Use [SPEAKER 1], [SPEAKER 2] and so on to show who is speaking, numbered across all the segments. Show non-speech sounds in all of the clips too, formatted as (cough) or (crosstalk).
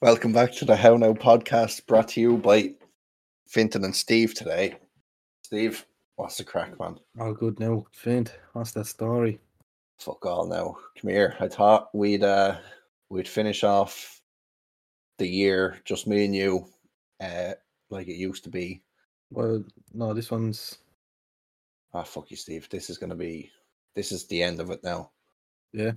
[SPEAKER 1] Welcome back to the How Now podcast brought to you by Finton and Steve today. Steve, what's the crack, man?
[SPEAKER 2] All Oh, good now, Fint. What's that story?
[SPEAKER 1] Fuck all now. Come here. I thought we'd uh we'd finish off the year, just me and you, uh like it used to be.
[SPEAKER 2] Well, no, this one's
[SPEAKER 1] Ah fuck you, Steve. This is gonna be this is the end of it now.
[SPEAKER 2] Yeah.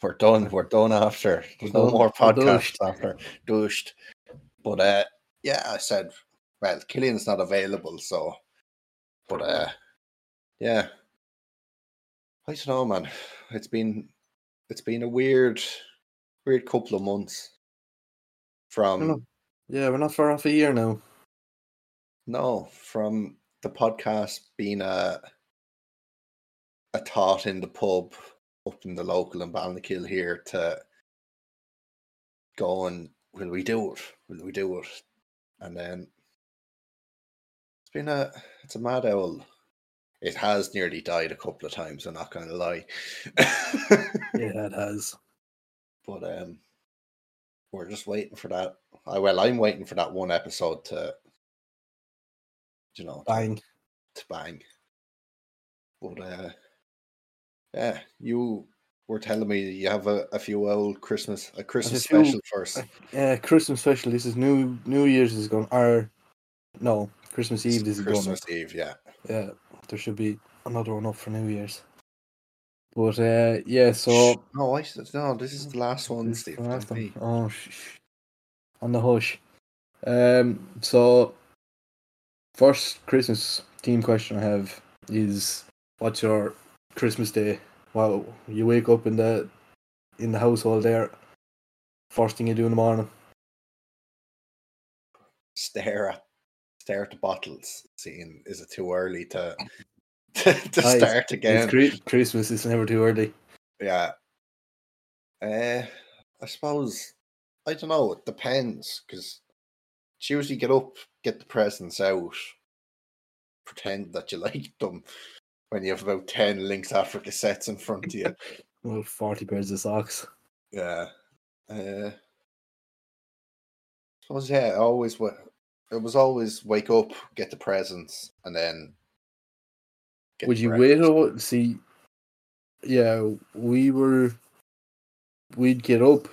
[SPEAKER 1] We're done. We're done after. There's no
[SPEAKER 2] done.
[SPEAKER 1] more
[SPEAKER 2] We're
[SPEAKER 1] podcasts after. Dushed. But uh yeah, I said well, Killian's not available, so but uh yeah. I don't know, man. It's been it's been a weird weird couple of months from
[SPEAKER 2] know. yeah, we're not far off a year now.
[SPEAKER 1] no, from the podcast being a a thought in the pub up in the local in Balnakill here to going, will we do it? Will we do it? And then it's been a it's a mad owl. It has nearly died a couple of times, I'm not gonna lie.
[SPEAKER 2] (laughs)
[SPEAKER 1] (laughs)
[SPEAKER 2] Yeah, it has.
[SPEAKER 1] but um we're just waiting for that. I well I'm waiting for that one episode to you know to
[SPEAKER 2] Bang.
[SPEAKER 1] to bang. But uh, yeah, you were telling me you have a, a few old Christmas a Christmas
[SPEAKER 2] few-
[SPEAKER 1] special first.
[SPEAKER 2] Yeah, Christmas special. This is New New Year's is gone. Or no, Christmas Eve. This is
[SPEAKER 1] Christmas Eve, yeah.
[SPEAKER 2] gone. Yeah, there should be another one up for New Year's. But uh, yeah, so
[SPEAKER 1] Shh, no, I said no. This is the last one,
[SPEAKER 2] This is
[SPEAKER 1] Steve.
[SPEAKER 2] the last
[SPEAKER 1] don't
[SPEAKER 2] one.
[SPEAKER 1] be-
[SPEAKER 2] Oh, sh- sh- on the hush. Um, so first Christmas team question I have is what's your Christmas day? Well, you wake up in the in the household there. First thing you do in the morning.
[SPEAKER 1] Stare at stare at the bottles. Seeing is it too early to (laughs) to, to
[SPEAKER 2] Ah, it's-
[SPEAKER 1] start
[SPEAKER 2] It's
[SPEAKER 1] again?
[SPEAKER 2] cre- Christmas. It's never too early.
[SPEAKER 1] Yeah. Uh, I suppose I don't know. It depends because she usually get up, get the presents out, pretend that you (laughs) like them when you have about ten Links Africa sets in front of
[SPEAKER 2] (laughs)
[SPEAKER 1] you.
[SPEAKER 2] Well, forty pairs of socks.
[SPEAKER 1] yeah. Uh, suppose yeah. I always wa- it was always wake up, get the presents, and then. get
[SPEAKER 2] Would
[SPEAKER 1] the
[SPEAKER 2] you wait
[SPEAKER 1] breakfast.
[SPEAKER 2] or what? See, yeah, we were, we'd get up,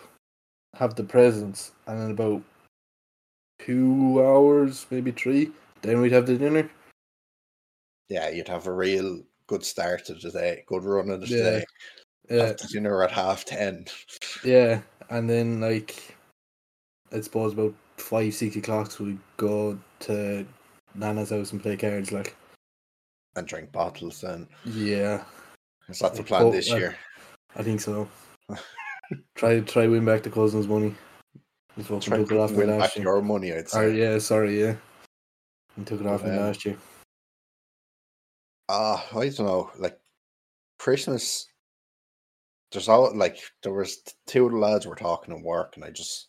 [SPEAKER 2] have the presents, and in about two hours, maybe three, then we'd have the dinner.
[SPEAKER 1] Yeah, you'd have a real good start to the day, good run of the
[SPEAKER 2] Yeah.
[SPEAKER 1] day.
[SPEAKER 2] Yeah,
[SPEAKER 1] after dinner at half ten.
[SPEAKER 2] Uh, yeah, and then like, I suppose about five, six o'clock, so we'd go to Nana's house and play cards. Like,
[SPEAKER 1] and drink bottles then.
[SPEAKER 2] yeah,
[SPEAKER 1] Is that the
[SPEAKER 2] Like,
[SPEAKER 1] plan
[SPEAKER 2] oh,
[SPEAKER 1] this
[SPEAKER 2] uh,
[SPEAKER 1] year?
[SPEAKER 2] I
[SPEAKER 1] (laughs)
[SPEAKER 2] think so. try try win back the cousins' money. We fucking
[SPEAKER 1] Try
[SPEAKER 2] took it off
[SPEAKER 1] to
[SPEAKER 2] me
[SPEAKER 1] win
[SPEAKER 2] last
[SPEAKER 1] back
[SPEAKER 2] year.
[SPEAKER 1] your money, I'd
[SPEAKER 2] Oh
[SPEAKER 1] say.
[SPEAKER 2] yeah, sorry, yeah. We took it off me
[SPEAKER 1] Yeah.
[SPEAKER 2] last year.
[SPEAKER 1] Ah, I don't know. Like Christmas, there's all like there was t- two of the lads were talking in work, and I just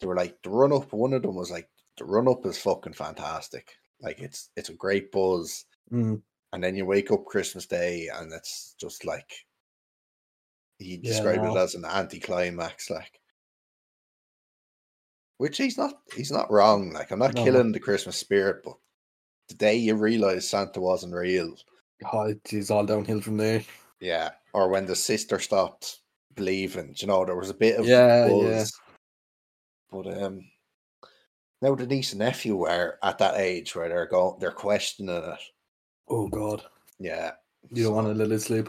[SPEAKER 1] they were like the run up. One of them was like the run up is fucking fantastic. Like it's it's a great buzz,
[SPEAKER 2] Mm.
[SPEAKER 1] and then you wake up Christmas Day, and it's just like he
[SPEAKER 2] Yeah,
[SPEAKER 1] described it
[SPEAKER 2] no.
[SPEAKER 1] as an anticlimax, like. Which he's not he's not wrong. Like I'm not
[SPEAKER 2] No.
[SPEAKER 1] killing the Christmas spirit, but the day you realise Santa wasn't real,
[SPEAKER 2] Oh, it is all downhill from there.
[SPEAKER 1] yeah. Or when the sister stopped believing, you know, there was a bit of
[SPEAKER 2] Yeah, yeah.
[SPEAKER 1] buzz. But um now the niece and nephew are at that age where they're going they're questioning it.
[SPEAKER 2] Oh God,
[SPEAKER 1] Yeah.
[SPEAKER 2] you don't want to let it slip.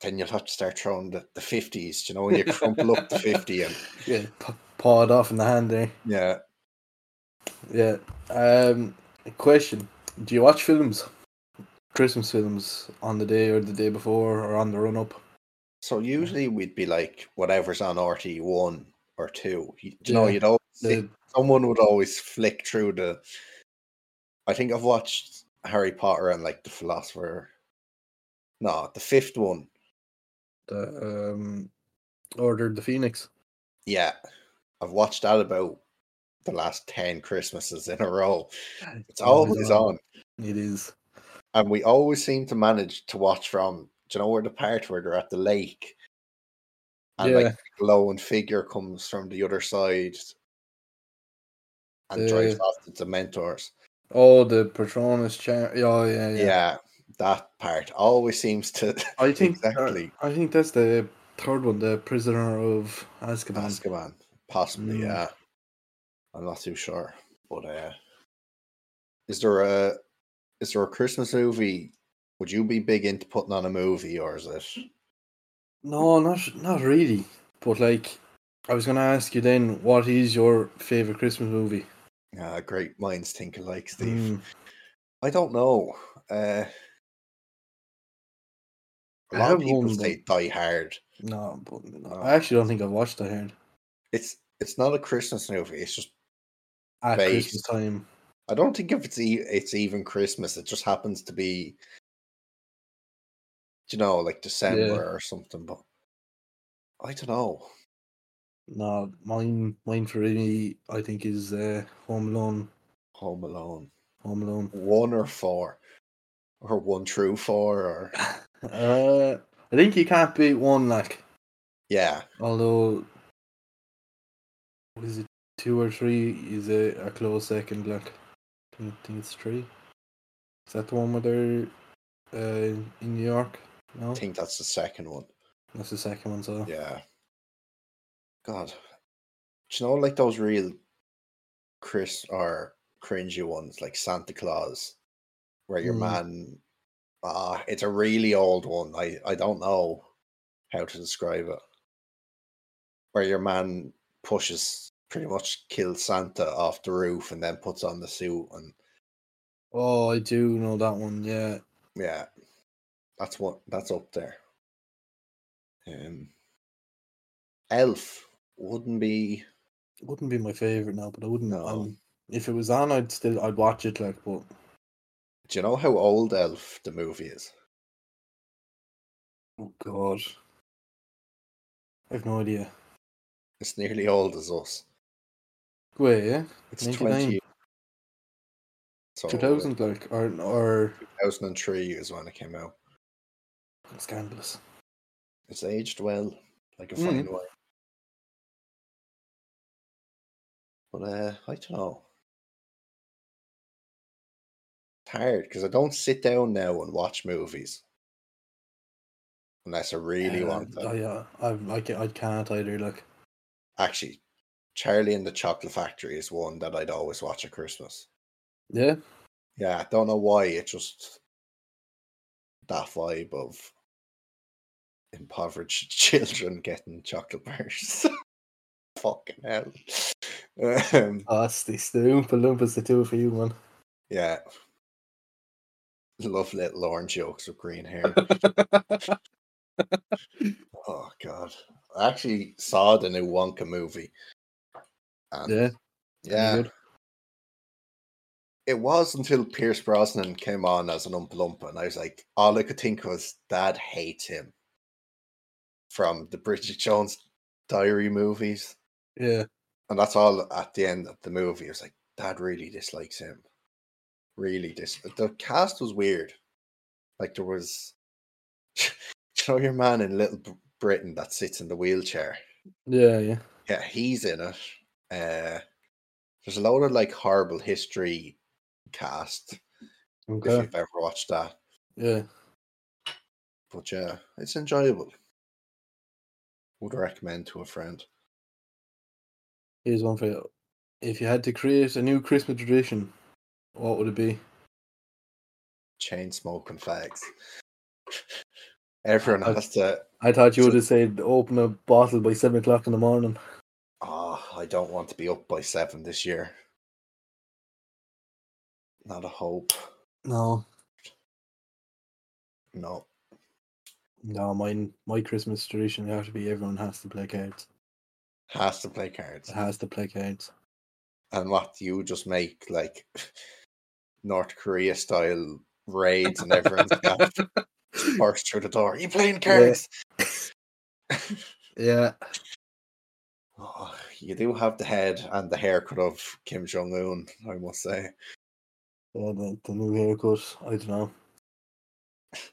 [SPEAKER 1] Then you'll have to start throwing the, the 50s, you know, when you crumple up the 50 and
[SPEAKER 2] Yeah, p- paw it off in the hand there.
[SPEAKER 1] yeah.
[SPEAKER 2] Yeah. Um, question: Do you watch films, Christmas films, on the day or the day before or on the run up?
[SPEAKER 1] So usually we'd be like whatever's on RT one or two. You, you know,
[SPEAKER 2] Yeah,
[SPEAKER 1] you'd always see-
[SPEAKER 2] The,
[SPEAKER 1] someone would always flick through the. I think I've watched Harry Potter and like the Philosopher. No, the fifth one.
[SPEAKER 2] the um, Order of the Phoenix.
[SPEAKER 1] Yeah, I've watched that about the last ten Christmases in a row. It's
[SPEAKER 2] Oh,
[SPEAKER 1] always on,
[SPEAKER 2] It is.
[SPEAKER 1] and we always seem to manage to watch from. Do you know where the part where they're at the lake? and
[SPEAKER 2] Yeah.
[SPEAKER 1] like a glowing figure comes from the other side and drives
[SPEAKER 2] Yeah.
[SPEAKER 1] off the Dementors.
[SPEAKER 2] Oh, the Patronus champ. Oh, yeah,
[SPEAKER 1] Yeah.
[SPEAKER 2] yeah.
[SPEAKER 1] that part always seems to (laughs)
[SPEAKER 2] I think that-
[SPEAKER 1] exactly
[SPEAKER 2] I think that's the third one, the Prisoner of Azkaban.
[SPEAKER 1] Azkaban, possibly.
[SPEAKER 2] Mm.
[SPEAKER 1] Yeah, I'm not too sure, but uh, is there a is there a Christmas movie? Would you be big into putting on a movie, or is it?
[SPEAKER 2] No, not not really. But like, I was gonna ask you then, what is your favorite Christmas movie?
[SPEAKER 1] Uh, great minds think alike, Steve.
[SPEAKER 2] Mm.
[SPEAKER 1] I don't know. Uh, a
[SPEAKER 2] I
[SPEAKER 1] lot of
[SPEAKER 2] have
[SPEAKER 1] people
[SPEAKER 2] one,
[SPEAKER 1] say Die Hard.
[SPEAKER 2] No, but no,
[SPEAKER 1] No.
[SPEAKER 2] I actually don't think I've watched Die Hard
[SPEAKER 1] It's it's not a Christmas movie. It's just
[SPEAKER 2] at
[SPEAKER 1] Based.
[SPEAKER 2] Christmas time.
[SPEAKER 1] I don't think if it's e- it's even Christmas. It just happens to be, you know, like December or something. But I don't know.
[SPEAKER 2] No, mine, mine for me, I think is uh, Home Alone.
[SPEAKER 1] Home Alone
[SPEAKER 2] Home Alone.
[SPEAKER 1] one or four, or one true four, or
[SPEAKER 2] Uh, I think you can't beat one. Like,
[SPEAKER 1] yeah,
[SPEAKER 2] although, is it two or three? Is a, a close second. Like, I think- think it's three. Is that the one where they're uh, in New York? No,
[SPEAKER 1] I think that's the second one.
[SPEAKER 2] that's the second one. So
[SPEAKER 1] Yeah. God. Do you know like those real Chris or cringy ones like Santa Claus where your
[SPEAKER 2] Mm.
[SPEAKER 1] man ah it's a really old one. I, I don't know how to describe it. Where your man pushes pretty much kills Santa off the roof and then puts on the suit and
[SPEAKER 2] oh, I do know that one. Yeah,
[SPEAKER 1] yeah. That's what that's up there. Um Elf wouldn't be
[SPEAKER 2] it wouldn't be my favorite now, but I wouldn't.
[SPEAKER 1] No.
[SPEAKER 2] um, if it was on, I'd still I'd watch it. Like, but
[SPEAKER 1] Do you know how old Elf the movie is?
[SPEAKER 2] oh god, I have no idea.
[SPEAKER 1] It's nearly old as us.
[SPEAKER 2] Wait, yeah,
[SPEAKER 1] It's
[SPEAKER 2] 99.
[SPEAKER 1] 20. So, uh,
[SPEAKER 2] two thousand, like, or or
[SPEAKER 1] 2003 is when it came out.
[SPEAKER 2] scandalous.
[SPEAKER 1] It's aged well, like a
[SPEAKER 2] Mm.
[SPEAKER 1] fine wine. But uh, I don't know. It's hard because I don't sit down now and watch movies unless I really
[SPEAKER 2] Yeah,
[SPEAKER 1] want to.
[SPEAKER 2] I, uh, I, I, ca- I can't either. Like,
[SPEAKER 1] Actually, Charlie and the Chocolate Factory is one that I'd always watch at Christmas.
[SPEAKER 2] yeah,
[SPEAKER 1] yeah, I don't know why it just that vibe of impoverished (laughs) children getting chocolate bars. (laughs) Fucking hell. Um,
[SPEAKER 2] oh, that's the, it's the Oompa Loompas, the two for you, (laughs) man.
[SPEAKER 1] yeah. Love little orange jokes with green hair. oh god. I actually saw the new Wonka movie. And
[SPEAKER 2] Yeah, Any
[SPEAKER 1] yeah,
[SPEAKER 2] good?
[SPEAKER 1] it was until Pierce Brosnan came on as an Oompa Loompa, and I was like, all I could think was, Dad hates him from the Bridget Jones Diary movies,
[SPEAKER 2] yeah.
[SPEAKER 1] and that's all at the end of the movie. I was like, Dad really dislikes him, really dis. The cast was weird, like there was, (laughs) you know, your man in Little Br- Britain that sits in the wheelchair.
[SPEAKER 2] yeah, yeah,
[SPEAKER 1] Yeah, he's in it. Uh, there's a load of like horrible history cast if
[SPEAKER 2] okay,
[SPEAKER 1] you've ever watched that.
[SPEAKER 2] yeah.
[SPEAKER 1] But yeah, it's enjoyable. Would recommend to a friend.
[SPEAKER 2] Here's one for you. If you had to create a new Christmas tradition, what would it be?
[SPEAKER 1] Chain smoking fags. (laughs) Everyone
[SPEAKER 2] I-
[SPEAKER 1] has to.
[SPEAKER 2] I thought you
[SPEAKER 1] So-
[SPEAKER 2] would have said open a bottle by seven o'clock in the morning.
[SPEAKER 1] Ah, I don't want to be up by seven this year. Not a hope.
[SPEAKER 2] No,
[SPEAKER 1] No.
[SPEAKER 2] no, mine, my Christmas tradition would have to be everyone has to play cards.
[SPEAKER 1] Has to play cards.
[SPEAKER 2] Has to play (laughs) cards.
[SPEAKER 1] And what you just make like North Korea style raids and
[SPEAKER 2] (laughs)
[SPEAKER 1] everyone's got first through the door. You playing cards?
[SPEAKER 2] yeah,
[SPEAKER 1] Oh, you do have the head and the haircut of Kim Jong Un, I must say.
[SPEAKER 2] Yeah, the, the new haircut. I don't know. It's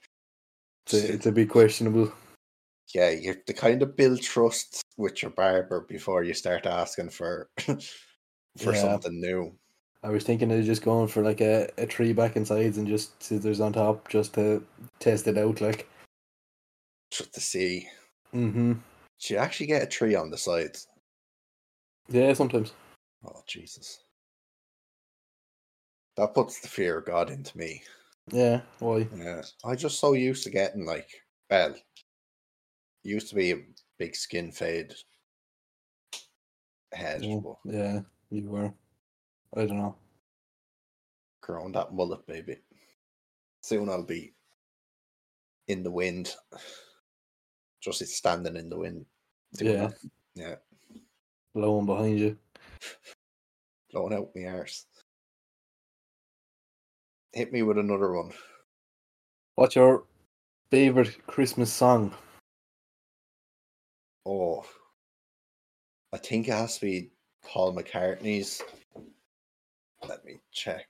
[SPEAKER 2] a,
[SPEAKER 1] Just-
[SPEAKER 2] it's a bit questionable.
[SPEAKER 1] yeah, you have to kind of build trust with your barber before you start asking for (laughs) for
[SPEAKER 2] Yeah.
[SPEAKER 1] something new.
[SPEAKER 2] I was thinking of just going for like a, a tree back and sides and just scissors on top just to test it out. Like,
[SPEAKER 1] Just to see.
[SPEAKER 2] mm-hmm.
[SPEAKER 1] Do you actually get a tree on the sides?
[SPEAKER 2] Yeah, sometimes.
[SPEAKER 1] Oh Jesus. That puts the fear of God into me.
[SPEAKER 2] Yeah, why?
[SPEAKER 1] Yeah. I just so used to getting like well used to be a big skin fade head
[SPEAKER 2] Yeah,
[SPEAKER 1] but
[SPEAKER 2] yeah, you were. I don't know.
[SPEAKER 1] grown that mullet baby. Soon I'll be in the wind. Just it's standing in the wind. doing
[SPEAKER 2] Yeah.
[SPEAKER 1] that, Yeah.
[SPEAKER 2] Blowing behind you.
[SPEAKER 1] Blowing out my arse. Hit me with another one.
[SPEAKER 2] What's your favorite Christmas song?
[SPEAKER 1] Oh, I think it has to be Paul McCartney's. Let me check.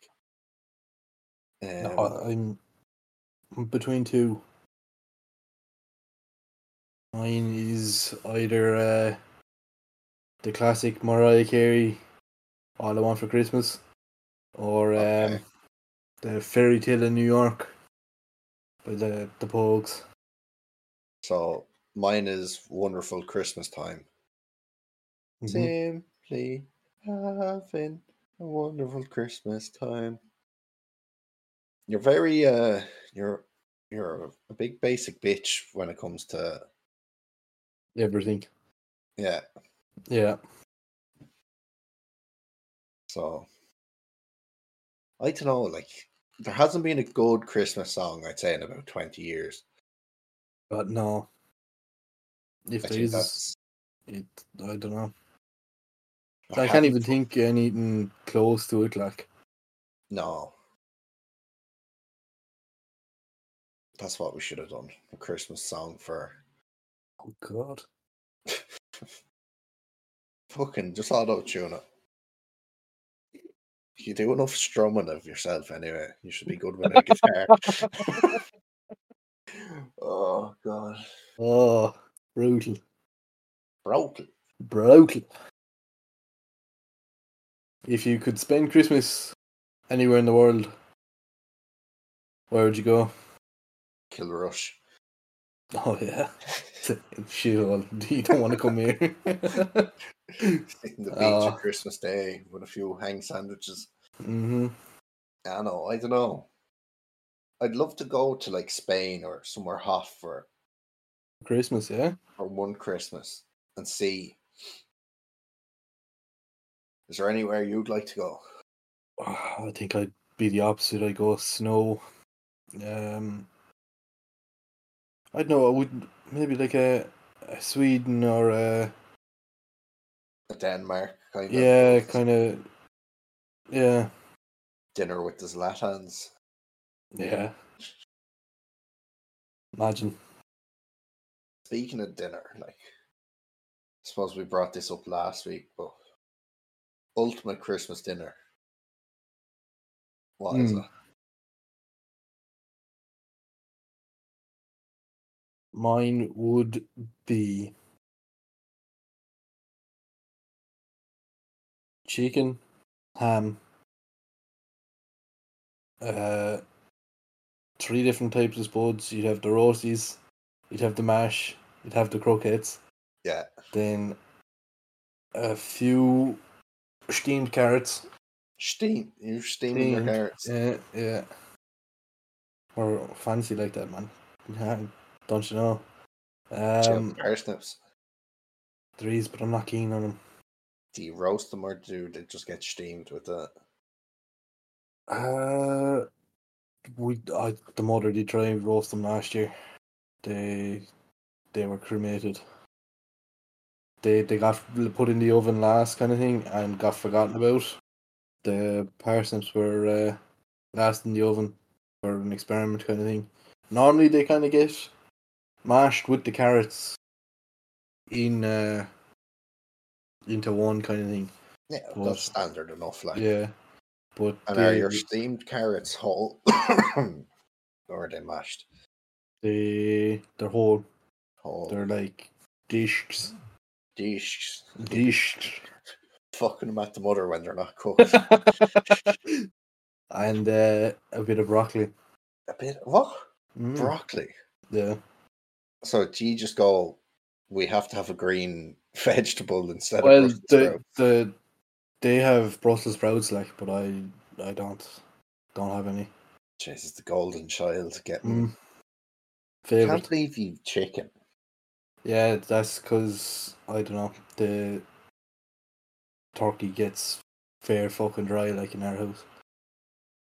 [SPEAKER 1] Um,
[SPEAKER 2] No, I'm I'm between two. Mine is either uh, the classic Mariah Carey, "All I Want for Christmas," or
[SPEAKER 1] Okay.
[SPEAKER 2] um, the Fairy Tale in New York by the the Pogues.
[SPEAKER 1] so mine is Wonderful Christmas Time.
[SPEAKER 2] Mhm.
[SPEAKER 1] Simply having a wonderful Christmas time. You're very uh you're you're a big basic bitch when it comes to
[SPEAKER 2] Mm-hmm. Everything.
[SPEAKER 1] yeah,
[SPEAKER 2] Yeah.
[SPEAKER 1] so I don't know, like there hasn't been a good Christmas song I'd say in about twenty years.
[SPEAKER 2] But no. If
[SPEAKER 1] I
[SPEAKER 2] there
[SPEAKER 1] think
[SPEAKER 2] is,
[SPEAKER 1] that's
[SPEAKER 2] it, I don't know.
[SPEAKER 1] there
[SPEAKER 2] I
[SPEAKER 1] hasn't-
[SPEAKER 2] can't even think anything close to it. Like,
[SPEAKER 1] No. That's what we should have done. A Christmas song for
[SPEAKER 2] oh god.
[SPEAKER 1] Fucking just auto tune it. You do enough strumming of yourself anyway. You should be good with a guitar.
[SPEAKER 2] (laughs)
[SPEAKER 1] (laughs) oh god.
[SPEAKER 2] Oh, brutal,
[SPEAKER 1] Broken.
[SPEAKER 2] brutal. If you could spend Christmas anywhere in the world, where would you go? (laughs)
[SPEAKER 1] Kill Rush.
[SPEAKER 2] Oh yeah, (laughs) shit. well, (laughs) You don't want to come here. (laughs)
[SPEAKER 1] Sitting the beach
[SPEAKER 2] Oh.
[SPEAKER 1] on Christmas Day with a few hang sandwiches.
[SPEAKER 2] mm-hmm.
[SPEAKER 1] I know, I don't know. I'd love to go to like Spain or somewhere hot for,
[SPEAKER 2] Christmas, yeah.
[SPEAKER 1] for one Christmas and see. Is there anywhere you'd like to go?
[SPEAKER 2] Ah, I think I'd be the opposite. I go snow. Um, I don't know. I would maybe like a, a Sweden or a
[SPEAKER 1] Denmark kind of
[SPEAKER 2] yeah, kind of yeah,
[SPEAKER 1] dinner with the Zlatans.
[SPEAKER 2] yeah. Imagine.
[SPEAKER 1] Speaking of dinner, like, I suppose we brought this up last week, but ultimate Christmas dinner. What is
[SPEAKER 2] Hmm.
[SPEAKER 1] it?
[SPEAKER 2] Mine would be chicken, ham, uh, three different types of spuds. You'd have the roasties, you'd have the mash, you'd have the croquettes,
[SPEAKER 1] Yeah,
[SPEAKER 2] then a few steamed carrots.
[SPEAKER 1] steam. You're steaming your
[SPEAKER 2] Steamed,
[SPEAKER 1] carrots.
[SPEAKER 2] Yeah, yeah. Or fancy like that, man. Yeah, Don't you know?
[SPEAKER 1] Do you
[SPEAKER 2] Um,
[SPEAKER 1] have parsnips.
[SPEAKER 2] there is, but I'm not keen on them.
[SPEAKER 1] Do you roast them or do they just get steamed with that?
[SPEAKER 2] Uh, we I the mother did try and roast them last year. They they were cremated. They they got l- put in the oven last kind of thing and got forgotten about. The parsnips were uh, last in the oven for an experiment kind of thing. Normally they kind of get mashed with the carrots in uh, into one kind of thing.
[SPEAKER 1] Yeah,
[SPEAKER 2] Well,
[SPEAKER 1] that's standard enough. Like,
[SPEAKER 2] Yeah, but
[SPEAKER 1] and are your
[SPEAKER 2] they-
[SPEAKER 1] steamed carrots whole (coughs) or are they mashed?
[SPEAKER 2] they they're whole.
[SPEAKER 1] Oh,
[SPEAKER 2] They're like dishes.
[SPEAKER 1] dishes.
[SPEAKER 2] Dishes.
[SPEAKER 1] Fucking them at the mother when they're not
[SPEAKER 2] (laughs)
[SPEAKER 1] cooked.
[SPEAKER 2] and uh, a bit of broccoli.
[SPEAKER 1] a bit what?
[SPEAKER 2] Mm,
[SPEAKER 1] Broccoli.
[SPEAKER 2] yeah.
[SPEAKER 1] So do you just go? We have to have a green (laughs) vegetable instead
[SPEAKER 2] Well,
[SPEAKER 1] of Brussels
[SPEAKER 2] the,
[SPEAKER 1] sprout?"
[SPEAKER 2] the they have Brussels sprouts, like, but I I don't don't have any.
[SPEAKER 1] Jesus, the golden child getting.
[SPEAKER 2] Mm. Favorite.
[SPEAKER 1] Can't believe you chicken. (laughs)
[SPEAKER 2] Yeah, that's because I don't know the turkey gets fair fucking dry like in our house.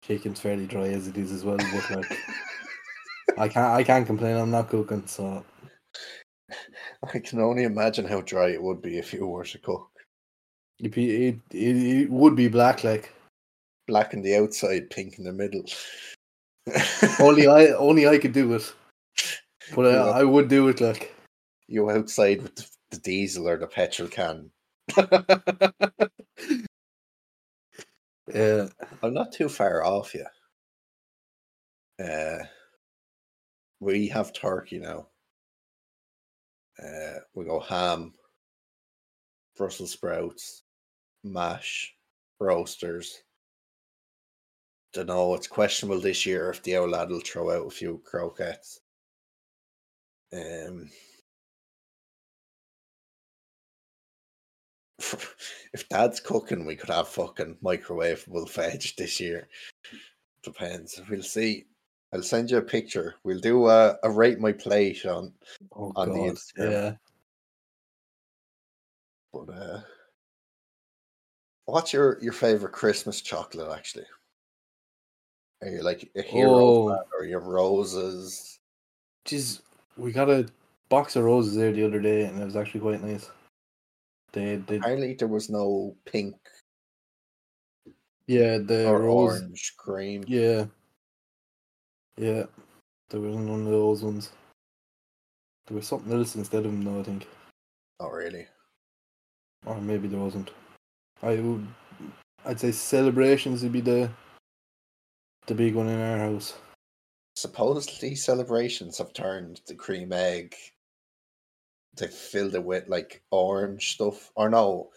[SPEAKER 2] Chicken's fairly dry as it is as well, but like I can't I can't complain. I'm not cooking, so
[SPEAKER 1] I can only imagine how dry it would be if you were to cook.
[SPEAKER 2] it be- it it, it would be black like
[SPEAKER 1] Black on the outside, pink in the middle. (laughs)
[SPEAKER 2] only I only I could do it, but I,
[SPEAKER 1] Yeah.
[SPEAKER 2] I would do it like
[SPEAKER 1] you outside with the, the diesel or the petrol can.
[SPEAKER 2] yeah.
[SPEAKER 1] I'm not too far off you. Uh, we have turkey now. Uh, we go ham, Brussels sprouts, mash, roasters. Don't know. It's questionable this year if the old lad will throw out a few croquettes. Um, (laughs) if dad's cooking, we could have fucking microwavable veg this year. Depends. We'll see. I'll send you a picture. We'll do a, a rate my plate on,
[SPEAKER 2] Oh
[SPEAKER 1] On the
[SPEAKER 2] god,
[SPEAKER 1] Instagram.
[SPEAKER 2] yeah.
[SPEAKER 1] but uh, what's your your favorite Christmas chocolate actually? Are you like a hero
[SPEAKER 2] Oh.
[SPEAKER 1] fan, or your roses?
[SPEAKER 2] Jeez, we got a box of roses there the other day, and it was actually quite nice. They, they,
[SPEAKER 1] Apparently, there was no pink
[SPEAKER 2] yeah, the
[SPEAKER 1] or
[SPEAKER 2] rose,
[SPEAKER 1] orange cream.
[SPEAKER 2] yeah, yeah. There wasn't one of those ones. There was something else instead of them, though. I think,
[SPEAKER 1] Not really.
[SPEAKER 2] or maybe there wasn't. I would, I'd say celebrations would be the, the big one in our house.
[SPEAKER 1] supposedly (laughs) celebrations have turned the cream egg they filled it with like orange stuff or no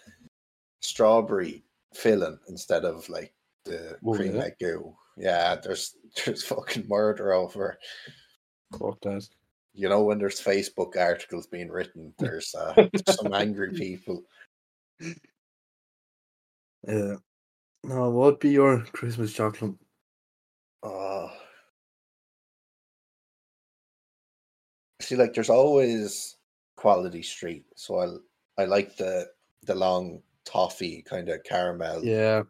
[SPEAKER 1] strawberry filling instead of like the
[SPEAKER 2] Oh,
[SPEAKER 1] cream
[SPEAKER 2] yeah?
[SPEAKER 1] egg goo yeah there's (laughs) there's fucking murder over
[SPEAKER 2] Fuck that.
[SPEAKER 1] you know when there's facebook articles being written there's uh, there's some angry people
[SPEAKER 2] Yeah. Now, what'd be your Christmas chocolate?
[SPEAKER 1] oh see like there's always quality street so i i like the the long toffee kind of caramel
[SPEAKER 2] Yeah.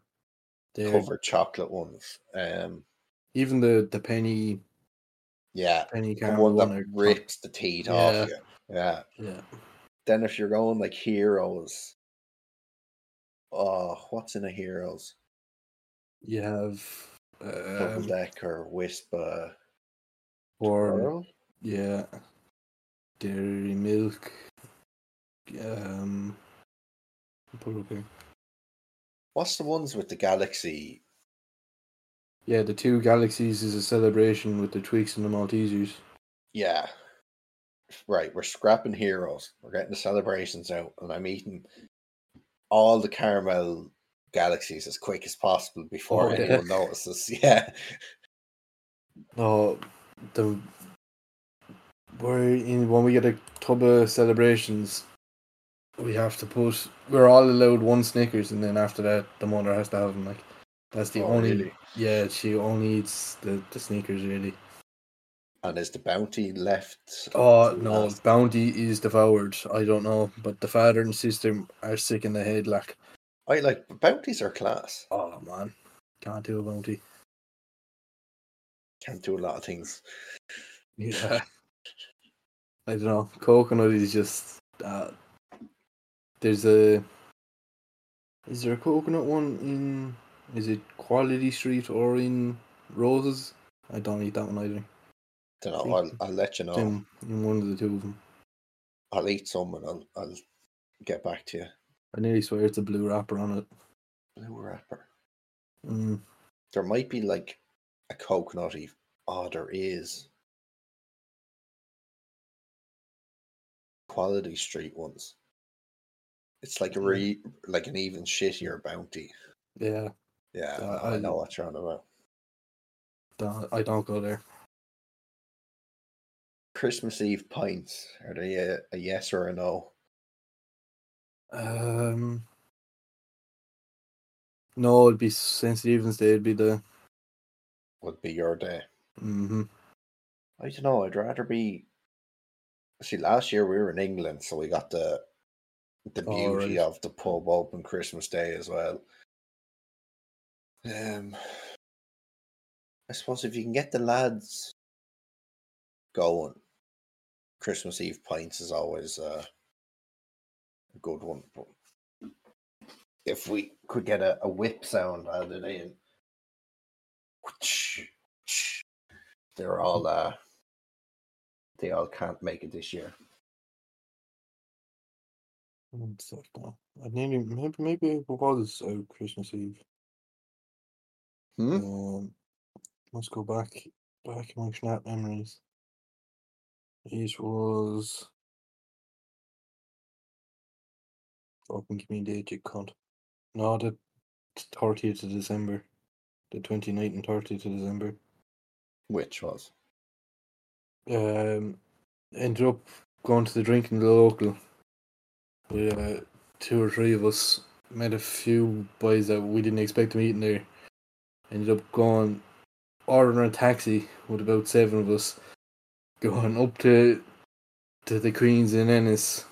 [SPEAKER 2] They're-
[SPEAKER 1] covered chocolate ones. Um,
[SPEAKER 2] even the the penny
[SPEAKER 1] yeah,
[SPEAKER 2] penny
[SPEAKER 1] the
[SPEAKER 2] caramel
[SPEAKER 1] one
[SPEAKER 2] I-
[SPEAKER 1] that rips the teeth
[SPEAKER 2] Yeah.
[SPEAKER 1] off you. Yeah.
[SPEAKER 2] Yeah.
[SPEAKER 1] Then if you're going like heroes, oh, what's in a heroes?
[SPEAKER 2] You have
[SPEAKER 1] Double
[SPEAKER 2] um,
[SPEAKER 1] decker, whisper,
[SPEAKER 2] or
[SPEAKER 1] Pearl?
[SPEAKER 2] yeah, dairy milk. Um, put up here.
[SPEAKER 1] What's the ones with the galaxy?
[SPEAKER 2] Yeah, the two galaxies is a celebration with the Tweaks and the Maltesers.
[SPEAKER 1] Yeah. Right, we're scrapping heroes. We're getting the celebrations out, and I'm eating all the caramel galaxies as quick as possible before
[SPEAKER 2] Oh, yeah.
[SPEAKER 1] anyone notices. (laughs) Yeah.
[SPEAKER 2] No, the we're in when we get a tub of celebrations, we have to put. We're all allowed one Snickers, and then after that, the mother has to have them. Like that's the
[SPEAKER 1] Oh,
[SPEAKER 2] only.
[SPEAKER 1] really?
[SPEAKER 2] Yeah, she only eats the the Snickers really.
[SPEAKER 1] And is the bounty left?
[SPEAKER 2] Oh
[SPEAKER 1] to
[SPEAKER 2] no,
[SPEAKER 1] last?
[SPEAKER 2] Bounty is devoured. I don't know, but the father and sister are sick in the head. Like,
[SPEAKER 1] I like bounties are class.
[SPEAKER 2] oh man, can't do a Bounty.
[SPEAKER 1] Can't do a lot of things.
[SPEAKER 2] Yeah, (laughs) I don't know. Coconut is just uh, there's a is there a coconut one in is it Quality Street or in Roses? I don't eat that one either.
[SPEAKER 1] Don't know.
[SPEAKER 2] Think-
[SPEAKER 1] I'll, I'll let you know.
[SPEAKER 2] It's In, in one of the two of them,
[SPEAKER 1] I'll eat some and I'll, I'll get back to you.
[SPEAKER 2] I nearly swear it's a blue wrapper on it.
[SPEAKER 1] Blue wrapper.
[SPEAKER 2] Mm.
[SPEAKER 1] There might be like a coconutty. Oh, there is. quality street ones. It's like a re like an even shittier bounty.
[SPEAKER 2] Yeah,
[SPEAKER 1] Yeah,
[SPEAKER 2] Uh,
[SPEAKER 1] I,
[SPEAKER 2] I-
[SPEAKER 1] know what you're on about.
[SPEAKER 2] don't, I don't go there.
[SPEAKER 1] Christmas Eve pints. Are they a, a yes or a no?
[SPEAKER 2] Um, no, it'd be St. Stephen's Day. It'd be the.
[SPEAKER 1] Would be your day.
[SPEAKER 2] hmm
[SPEAKER 1] I don't know. I'd rather be. See, last year we were in England, so we got the the
[SPEAKER 2] Oh,
[SPEAKER 1] beauty
[SPEAKER 2] right.
[SPEAKER 1] of the pub open Christmas Day as well. Um, I suppose if you can get the lads going, Christmas Eve pints is always uh, a good one. But if we could get a, a whip sound added in, they're all uh, they all can't make it this year.
[SPEAKER 2] I nearly maybe maybe it was uh, Christmas Eve.
[SPEAKER 1] Hmm?
[SPEAKER 2] Um, let's go back back among snap memories. It was fucking give me a date, you cunt. No, the thirtieth of December, the 29th and thirtieth of December.
[SPEAKER 1] Which was
[SPEAKER 2] Um, ended up going to the drink in the local. Yeah, uh, two or three of us met a few boys that we didn't expect to meet in there. Ended up going, ordering a taxi with about seven of us, going up to to the Queens in Ennis.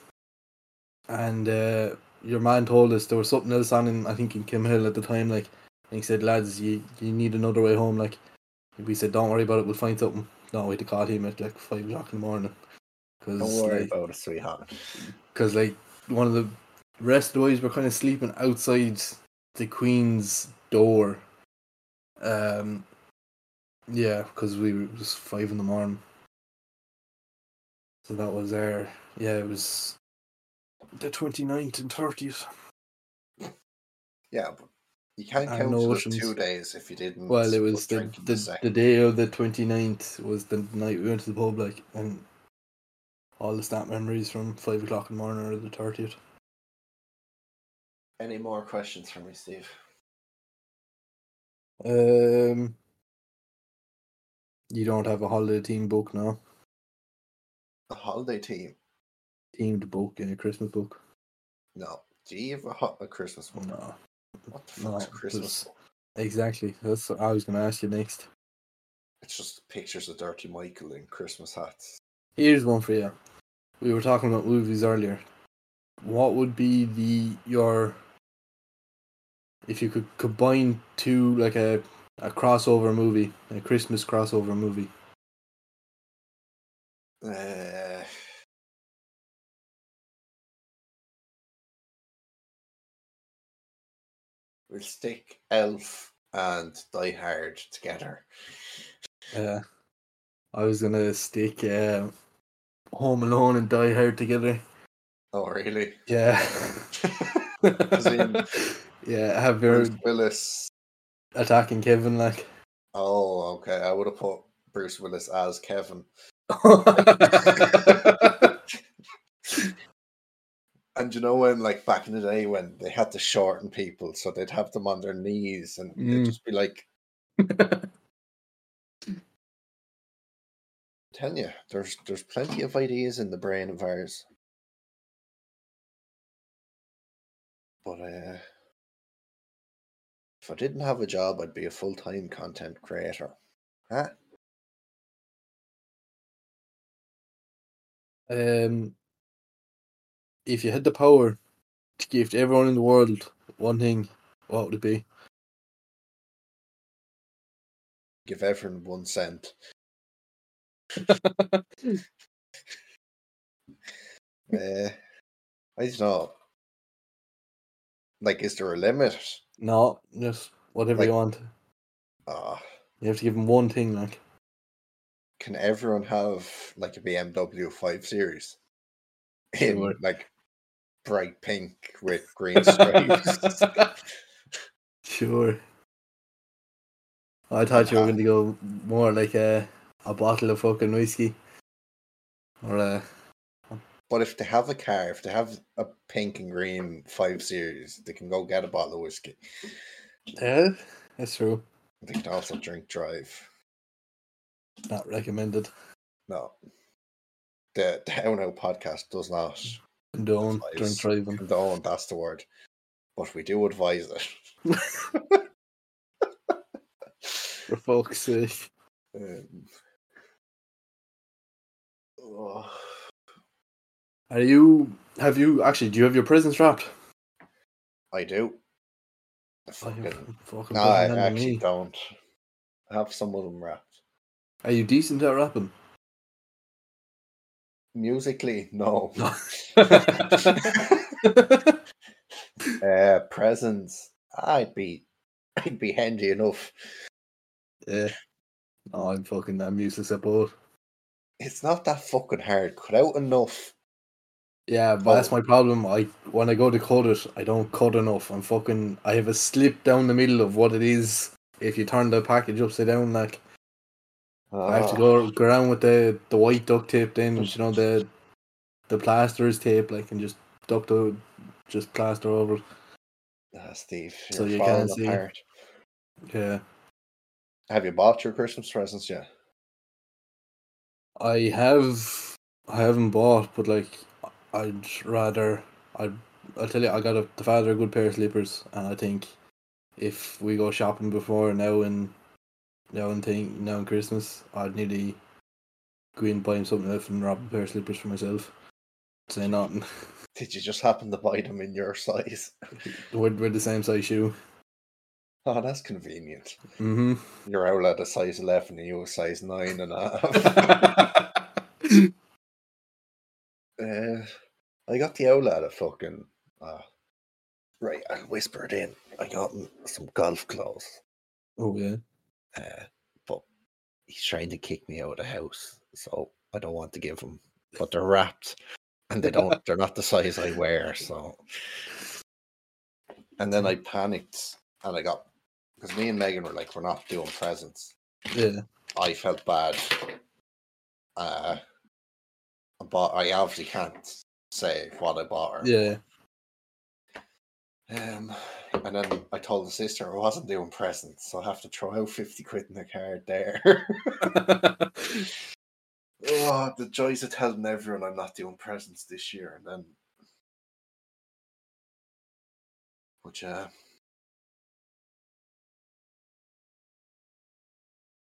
[SPEAKER 2] And uh, your man told us there was something else on in I think in Kimhill at the time. Like, and he said, lads, you you need another way home. Like, we said, don't worry about it, we'll find something. No, we had to call him at like five o'clock in the morning. Cause,
[SPEAKER 1] don't worry
[SPEAKER 2] like,
[SPEAKER 1] about it, sweetheart.
[SPEAKER 2] because like one of the rest of the boys were kind of sleeping outside the queen's door. Um, yeah, because we were it was five in the morning. So that was our yeah. It was the 29th and thirtieth.
[SPEAKER 1] Yeah, but you can't
[SPEAKER 2] And
[SPEAKER 1] count
[SPEAKER 2] no
[SPEAKER 1] the
[SPEAKER 2] oceans.
[SPEAKER 1] two days if you didn't.
[SPEAKER 2] Well, it
[SPEAKER 1] put
[SPEAKER 2] was the
[SPEAKER 1] drink in
[SPEAKER 2] the, the
[SPEAKER 1] second.
[SPEAKER 2] day of the 29th was the night we went to the pub, like, and all the snap memories from five o'clock in the morning or the thirtieth.
[SPEAKER 1] Any more questions for me, Steve?
[SPEAKER 2] Um, you don't have a holiday team book now.
[SPEAKER 1] A holiday team?
[SPEAKER 2] Themed book in a Christmas book. Oh,
[SPEAKER 1] No. Do you have a, ho- a Christmas one?
[SPEAKER 2] No,
[SPEAKER 1] What the fuck's
[SPEAKER 2] Mm, No,
[SPEAKER 1] Christmas?
[SPEAKER 2] there's-
[SPEAKER 1] book?
[SPEAKER 2] exactly. That's what I was going to ask you next.
[SPEAKER 1] It's just pictures of Dirty Michael in Christmas hats.
[SPEAKER 2] Here's one for you. We were talking about movies earlier. What would be the your if you could combine two like a a crossover movie, a Christmas crossover movie?
[SPEAKER 1] Uh, we'll stick Elf and Die Hard together.
[SPEAKER 2] Uh, I was gonna stick uh, Home Alone and Die Hard together.
[SPEAKER 1] Oh, really? (laughs)
[SPEAKER 2] (laughs) Yeah.
[SPEAKER 1] As in-
[SPEAKER 2] (laughs) yeah, have your
[SPEAKER 1] Bruce Willis.
[SPEAKER 2] attacking
[SPEAKER 1] (laughs)
[SPEAKER 2] Kevin like.
[SPEAKER 1] Oh, okay. I would have put Bruce Willis as Kevin. And you know when, like back in the day, when they had to shorten people, so they'd have them on their knees, and
[SPEAKER 2] Mm.
[SPEAKER 1] they'd just be like, "Tell you, there's there's plenty of ideas in the brain of ours." But uh, if I didn't have a job, I'd be a full time content creator. Huh?
[SPEAKER 2] um, if you had the power to give to everyone in the world one thing, what would it be?
[SPEAKER 1] Give everyone one cent. Uh, I don't know. Like, is there a limit?
[SPEAKER 2] No, just whatever you
[SPEAKER 1] Like-
[SPEAKER 2] want.
[SPEAKER 1] Ah.
[SPEAKER 2] You have to give them one thing,
[SPEAKER 1] (laughs)
[SPEAKER 2] like.
[SPEAKER 1] can everyone have like a BMW 5 Series in
[SPEAKER 2] Sure.
[SPEAKER 1] like bright pink with green
[SPEAKER 2] (laughs)
[SPEAKER 1] stripes?
[SPEAKER 2] sure. I thought you were
[SPEAKER 1] Uh,
[SPEAKER 2] going to go uh, more like a a bottle of fucking whiskey, or a, a
[SPEAKER 1] But if they have a car, if they have a pink and green five series, they can go get a bottle of whiskey.
[SPEAKER 2] Yeah, that's true.
[SPEAKER 1] They can also drink drive.
[SPEAKER 2] Not recommended.
[SPEAKER 1] No, the the How Now podcast does not
[SPEAKER 2] Condone
[SPEAKER 1] Advice.
[SPEAKER 2] drink driving.
[SPEAKER 1] condone. That's the word, but we do advise it.
[SPEAKER 2] For fuck's sake.
[SPEAKER 1] Um, (sighs) oh,
[SPEAKER 2] Are you? Have you actually? Do you have your prisons wrapped?
[SPEAKER 1] I do. I
[SPEAKER 2] I (laughs) have
[SPEAKER 1] fucking,
[SPEAKER 2] fucking
[SPEAKER 1] no, I
[SPEAKER 2] prison under
[SPEAKER 1] actually
[SPEAKER 2] me.
[SPEAKER 1] don't. I have some of them wrapped.
[SPEAKER 2] Are you decent at rapping?
[SPEAKER 1] (laughs)
[SPEAKER 2] (laughs)
[SPEAKER 1] Musically,
[SPEAKER 2] (laughs)
[SPEAKER 1] no.
[SPEAKER 2] No.
[SPEAKER 1] uh, presents, I'd be, I'd be handy enough.
[SPEAKER 2] yeah. No, I'm fucking. I'm useless at both.
[SPEAKER 1] It's not that fucking hard. Cut out enough.
[SPEAKER 2] Yeah, but
[SPEAKER 1] Oh.
[SPEAKER 2] that's my problem. I when I go to cut it, I don't cut enough. I'm fucking. I have a slip down the middle of what it is. If you turn the package upside down, like I have to
[SPEAKER 1] Ah,
[SPEAKER 2] go, go around with the, the white duct tape then, you know, the the plasterers tape, like, and just duct the just plaster over. it.
[SPEAKER 1] ah, Steve, you're
[SPEAKER 2] So you
[SPEAKER 1] falling
[SPEAKER 2] can't see.
[SPEAKER 1] apart.
[SPEAKER 2] Yeah.
[SPEAKER 1] Have you bought your Christmas presents yet?
[SPEAKER 2] I have, I haven't bought, but like, I'd rather, I, I'll tell you, I got a, the father a good pair of slippers, and I think if we go shopping before now and now and thing now and Christmas, I'd nearly go and buy him something else and rob a pair of slippers for myself. Say nothing. (laughs)
[SPEAKER 1] Did you just happen to buy them in your size? (laughs)
[SPEAKER 2] We're, we're the same size shoe.
[SPEAKER 1] Oh, that's convenient.
[SPEAKER 2] Mm-hmm.
[SPEAKER 1] Your outlet a size 11 and you a size 9 and a (laughs)
[SPEAKER 2] (laughs) Oh,
[SPEAKER 1] half. uh, I got the outlet a fucking. Uh, right, I'll whisper it in. I got him some golf clothes.
[SPEAKER 2] oh yeah.
[SPEAKER 1] Uh, but he's trying to kick me out of the house, so I don't want to give him. But they're wrapped, and they don't. they're not the size I wear. So, and then I panicked, and I got because me and Megan were like, we're not doing presents.
[SPEAKER 2] Yeah.
[SPEAKER 1] I felt bad. Uh, but I obviously can't say what I bought her.
[SPEAKER 2] Yeah.
[SPEAKER 1] Um, and then I told the sister I wasn't doing presents, so I have to throw out 50 quid in the card
[SPEAKER 2] (laughs)
[SPEAKER 1] there. oh, the joys of telling everyone I'm not doing presents this year, and then. Which, uh.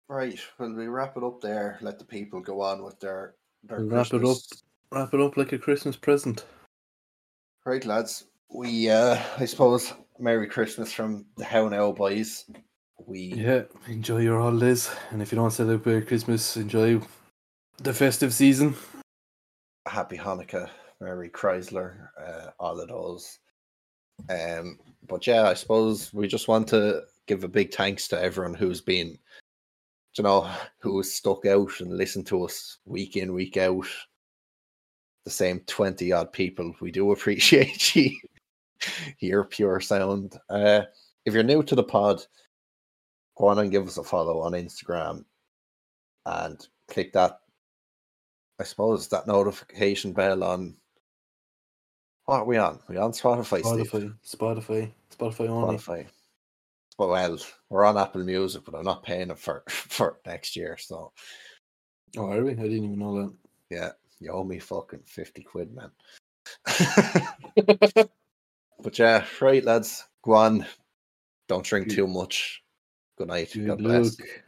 [SPEAKER 1] Right, well, we wrap it up there. Let the people go on with their. their
[SPEAKER 2] Wrap it up.
[SPEAKER 1] Christmas.
[SPEAKER 2] Wrap it up like a Christmas present.
[SPEAKER 1] Right, lads. We, uh, I suppose, Merry Christmas from the How Now Boys. We,
[SPEAKER 2] Yeah, enjoy your holidays, and if you don't celebrate Christmas, enjoy the festive season.
[SPEAKER 1] Happy Hanukkah, Merry Chrysler, uh, all of those. Um, but yeah, I suppose we just want to give a big thanks to everyone who's been, you know, who has stuck out and listened to us week in, week out. The same 20 odd people. We do (laughs) appreciate you. Your pure sound. Uh, if you're new to the pod, go on and give us a follow on Instagram and click that I suppose that notification bell on. What are we on? we on Spotify, Steve?
[SPEAKER 2] Spotify, Spotify, Spotify only.
[SPEAKER 1] Spotify. Well, well, we're on Apple Music, but I'm not paying it for (laughs) for next year. So
[SPEAKER 2] Oh, are we? I didn't even know
[SPEAKER 1] you owe me fucking fifty quid, man. but yeah, right, lads. Go on. Don't drink
[SPEAKER 2] Good-
[SPEAKER 1] too much. Good night.
[SPEAKER 2] that.
[SPEAKER 1] God bless.
[SPEAKER 2] Look.